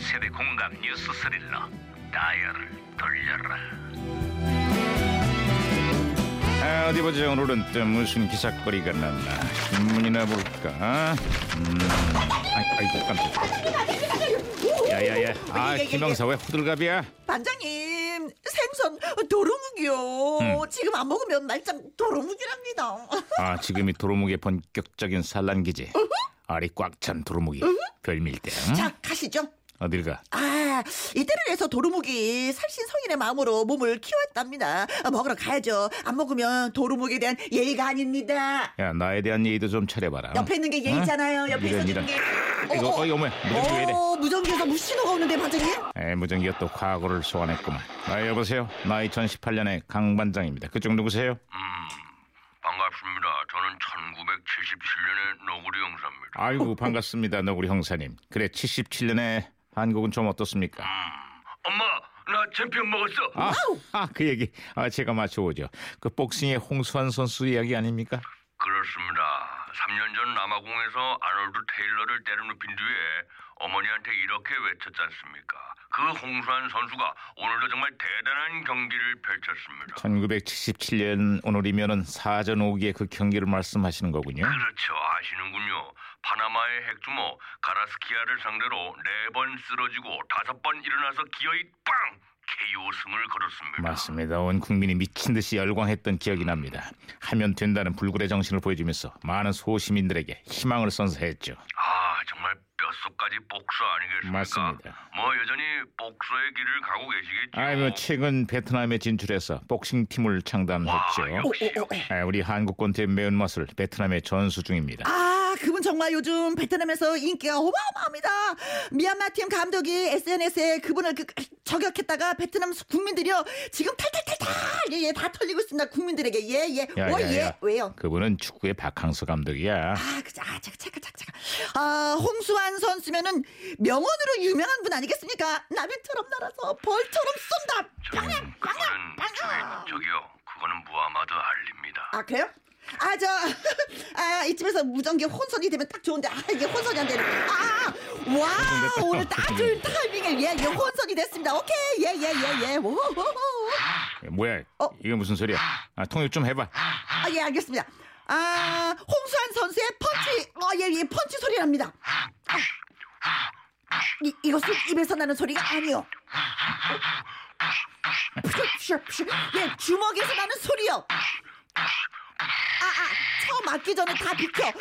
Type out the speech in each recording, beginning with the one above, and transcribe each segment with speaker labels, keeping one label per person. Speaker 1: 세대 공감 뉴스 스릴러 다이얼을 돌려라
Speaker 2: 아, 어디 보자 오늘은 또 무슨 기사거리가 났나 신문이나 볼까 음, 아이, 아이고 깜짝이야 야야야 아 김영사 왜 호들갑이야
Speaker 3: 반장님 생선 도루묵이요
Speaker 2: 음.
Speaker 3: 지금 안 먹으면 말짱 도루묵이랍니다
Speaker 2: 아 지금이 도루묵의 본격적인 산란기지 알이 꽉 찬 도루묵이 별밀대 응?
Speaker 3: 자 가시죠
Speaker 2: 어딜 가
Speaker 3: 아 이태리를 해서 도루묵이 살신성인의 마음으로 몸을 키웠답니다 아, 먹으러 가야죠 안 먹으면 도루묵에 대한 예의가 아닙니다
Speaker 2: 야 나에 대한 예의도 좀 차려봐라 응?
Speaker 3: 옆에 있는 게 예의잖아요 옆에
Speaker 2: 이런,
Speaker 3: 있는
Speaker 2: 이런.
Speaker 3: 게
Speaker 2: 아, 이거 어이 어머 무전기 왜 이래
Speaker 3: 어, 무전기에서 무신호가 오는데 반장님 어,
Speaker 2: 에 무전기가 또 과거를 소환했구만 아 여보세요 나 2018년의 강반장입니다 그쪽 누구세요
Speaker 1: 반갑습니다 저는 1977년의 너구리 형사입니다
Speaker 2: 아이고 반갑습니다 너구리 형사님 그래 77년에 한국은 좀 어떻습니까?
Speaker 1: 엄마 나 챔피언 먹었어
Speaker 2: 아, 아, 그 얘기 아, 제가 맞춰오죠 그 복싱의 홍수환 선수 이야기 아닙니까?
Speaker 1: 그렇습니다 3년 전 남아공에서 아놀드 테일러를 때려눕힌 뒤에 어머니한테 이렇게 외쳤지 않습니까 그 홍수환 선수가 오늘도 정말 대단한 경기를 펼쳤습니다
Speaker 2: 1977년 오늘이면은 사전 5기의 그 경기를 말씀하시는 거군요
Speaker 1: 그렇죠 아시는군요 파나마의 핵주모 가라스키아를 상대로 네 번 쓰러지고 다섯 번 일어나서 기어이 빵 KO 승을 거뒀습니다
Speaker 2: 맞습니다 온 국민이 미친 듯이 열광했던 기억이 납니다 하면 된다는 불굴의 정신을 보여주면서 많은 소시민들에게 희망을 선사했죠
Speaker 1: 아 정말 뼛속까지 복수 아니겠습니까
Speaker 2: 맞습니다.
Speaker 1: 뭐 여전히 복수의 길을 가고 계시겠죠
Speaker 2: 아이고 뭐 최근 베트남에 진출해서 복싱팀을
Speaker 1: 와
Speaker 2: 창단했죠
Speaker 1: 역시
Speaker 3: 오, 오,
Speaker 1: 역시
Speaker 2: 아, 우리 한국 권태의 매운맛을 베트남에 전수 중입니다
Speaker 3: 아, 그분 정말 요즘 베트남에서 인기가 어마어마합니다. 미얀마 팀 감독이 SNS에 그분을 그, 저격했다가 베트남 국민들이요. 지금 탈탈탈탈 예, 예, 다 털리고 있습니다. 국민들에게 예, 예.
Speaker 2: 야,
Speaker 3: 어,
Speaker 2: 야,
Speaker 3: 예.
Speaker 2: 야.
Speaker 3: 왜요?
Speaker 2: 그분은 축구의 박항서 감독이야.
Speaker 3: 아, 그자 아, 잠깐 잠깐 잠깐. 잠깐. 아, 홍수환 선수면은 명언으로 유명한 분 아니겠습니까? 나비처럼 날아서 벌처럼 쏜다.
Speaker 1: 저는 그거는 저기, 저기요 그거는 무하마드 알립니다
Speaker 3: 아, 그래요? 아, 저, 아, 이쯤에서 무전기 혼선이 되면 딱 좋은데, 아, 이게 혼선이 안 되네. 아, 와, 오늘 딱줄 타이밍에, 예, 예, 혼선이 됐습니다. 오케이, 예, 예, 예, 예, 오, 오, 오.
Speaker 2: 예, 뭐야?
Speaker 3: 어?
Speaker 2: 이게 무슨 소리야? 아, 통역 좀 해봐.
Speaker 3: 아, 예, 알겠습니다. 아, 홍수환 선수의 펀치, 어, 예, 예, 펀치 소리랍니다. 아, 이, 이것은 입에서 나는 소리가 아니요. 어, 푸슈, 푸슈, 푸슈. 예, 주먹에서 나는 소리요. 아, 아, 처음 맞기 전에 다 비켜. 아뇨,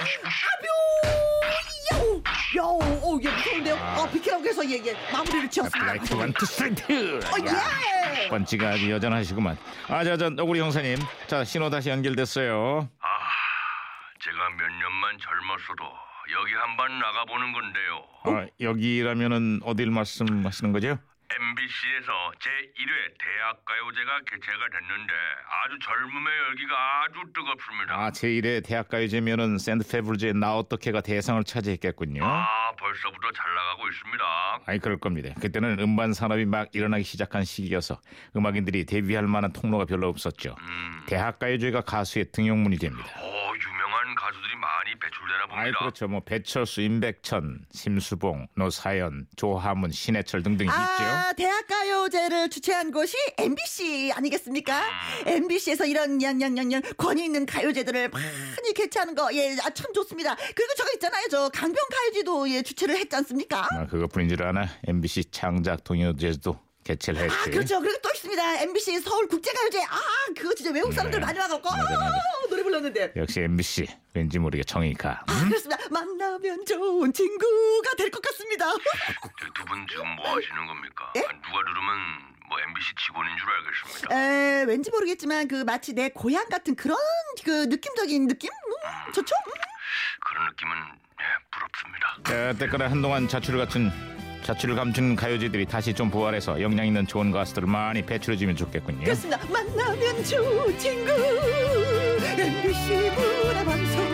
Speaker 3: 야오, 야오, 오, 예, 무서운데요? 어, 비키라고 해서 예, 예, 마무리를 지었습니다.
Speaker 2: 라이트 원, 투, 쓰리, 투.
Speaker 3: 어, 예!
Speaker 2: 번지가 아주 여전하시구만. 아, 자, 자, 너구리 형사님. 자, 신호 다시 연결됐어요.
Speaker 1: 아 제가 몇 년만 젊었어도 여기 한번 나가보는 건데요
Speaker 3: 어?
Speaker 2: 아, 여기라면은 어딜 말씀하시는 거죠?
Speaker 1: MBC에서 제1회 대학가요제가 개최가 됐는데 아주 젊음의 열기가 아주 뜨겁습니다.
Speaker 2: 아, 제1회 대학가요제면은 샌드페블즈의 나 어떻게가 대상을 차지했겠군요.
Speaker 1: 아, 벌써부터 잘 나가고 있습니다.
Speaker 2: 아니 그럴 겁니다. 그때는 음반 산업이 막 일어나기 시작한 시기여서 음악인들이 데뷔할 만한 통로가 별로 없었죠.
Speaker 3: 음.
Speaker 2: 대학가요제가 가수의 등용문이 됩니다.
Speaker 1: 오, 어, 유명한 가수들이 많이 배출되나
Speaker 2: 아이
Speaker 1: 봅니다.
Speaker 2: 그렇죠. 뭐 배철수, 임백천, 심수봉, 노사연, 조하문, 신해철 등등이 있죠.
Speaker 3: 아, 대학가요제를 주최한 곳이 MBC 아니겠습니까? MBC에서 이런 양양양양 권위 있는 가요제들을 많이 개최하는 거, 예, 아, 참 좋습니다. 그리고 저거 있잖아요. 저 강변 가요제도 예, 주최를 했지 않습니까?
Speaker 2: 아, 그것뿐인 줄 아나 MBC 창작 동요제도 개최를 했지.
Speaker 3: 아, 그렇죠. 그리고 또 있습니다. MBC 서울국제가요제. 아, 그거 진짜 외국 사람들
Speaker 2: 네.
Speaker 3: 많이 와갖고, 아,
Speaker 2: 맞아, 맞아.
Speaker 3: 노래 불렀는데.
Speaker 2: 역시 MBC 왠지 모르게 정이 가.
Speaker 3: 아, 그렇습니다. 만나면 좋은 친구가 될 것 같습니다.
Speaker 1: 두 분 지금 뭐 하시는 겁니까? 아, 누가 들으면 뭐 MBC 직원인 줄 알겠습니다.
Speaker 3: 에, 왠지 모르겠지만 그 마치 내 고향 같은 그런 그 느낌적인 느낌? 음, 좋죠? 음.
Speaker 1: 그런 느낌은 예, 부럽습니다.
Speaker 2: 자, 때깔아 한동안 자취를 갖춘 자취를 감춘 가요제들이 다시 좀 부활해서 영향 있는 좋은 가수들을 많이 배출해주면 좋겠군요.
Speaker 3: 그렇습니다. 만나면 좋은 친구 MBC 문화방송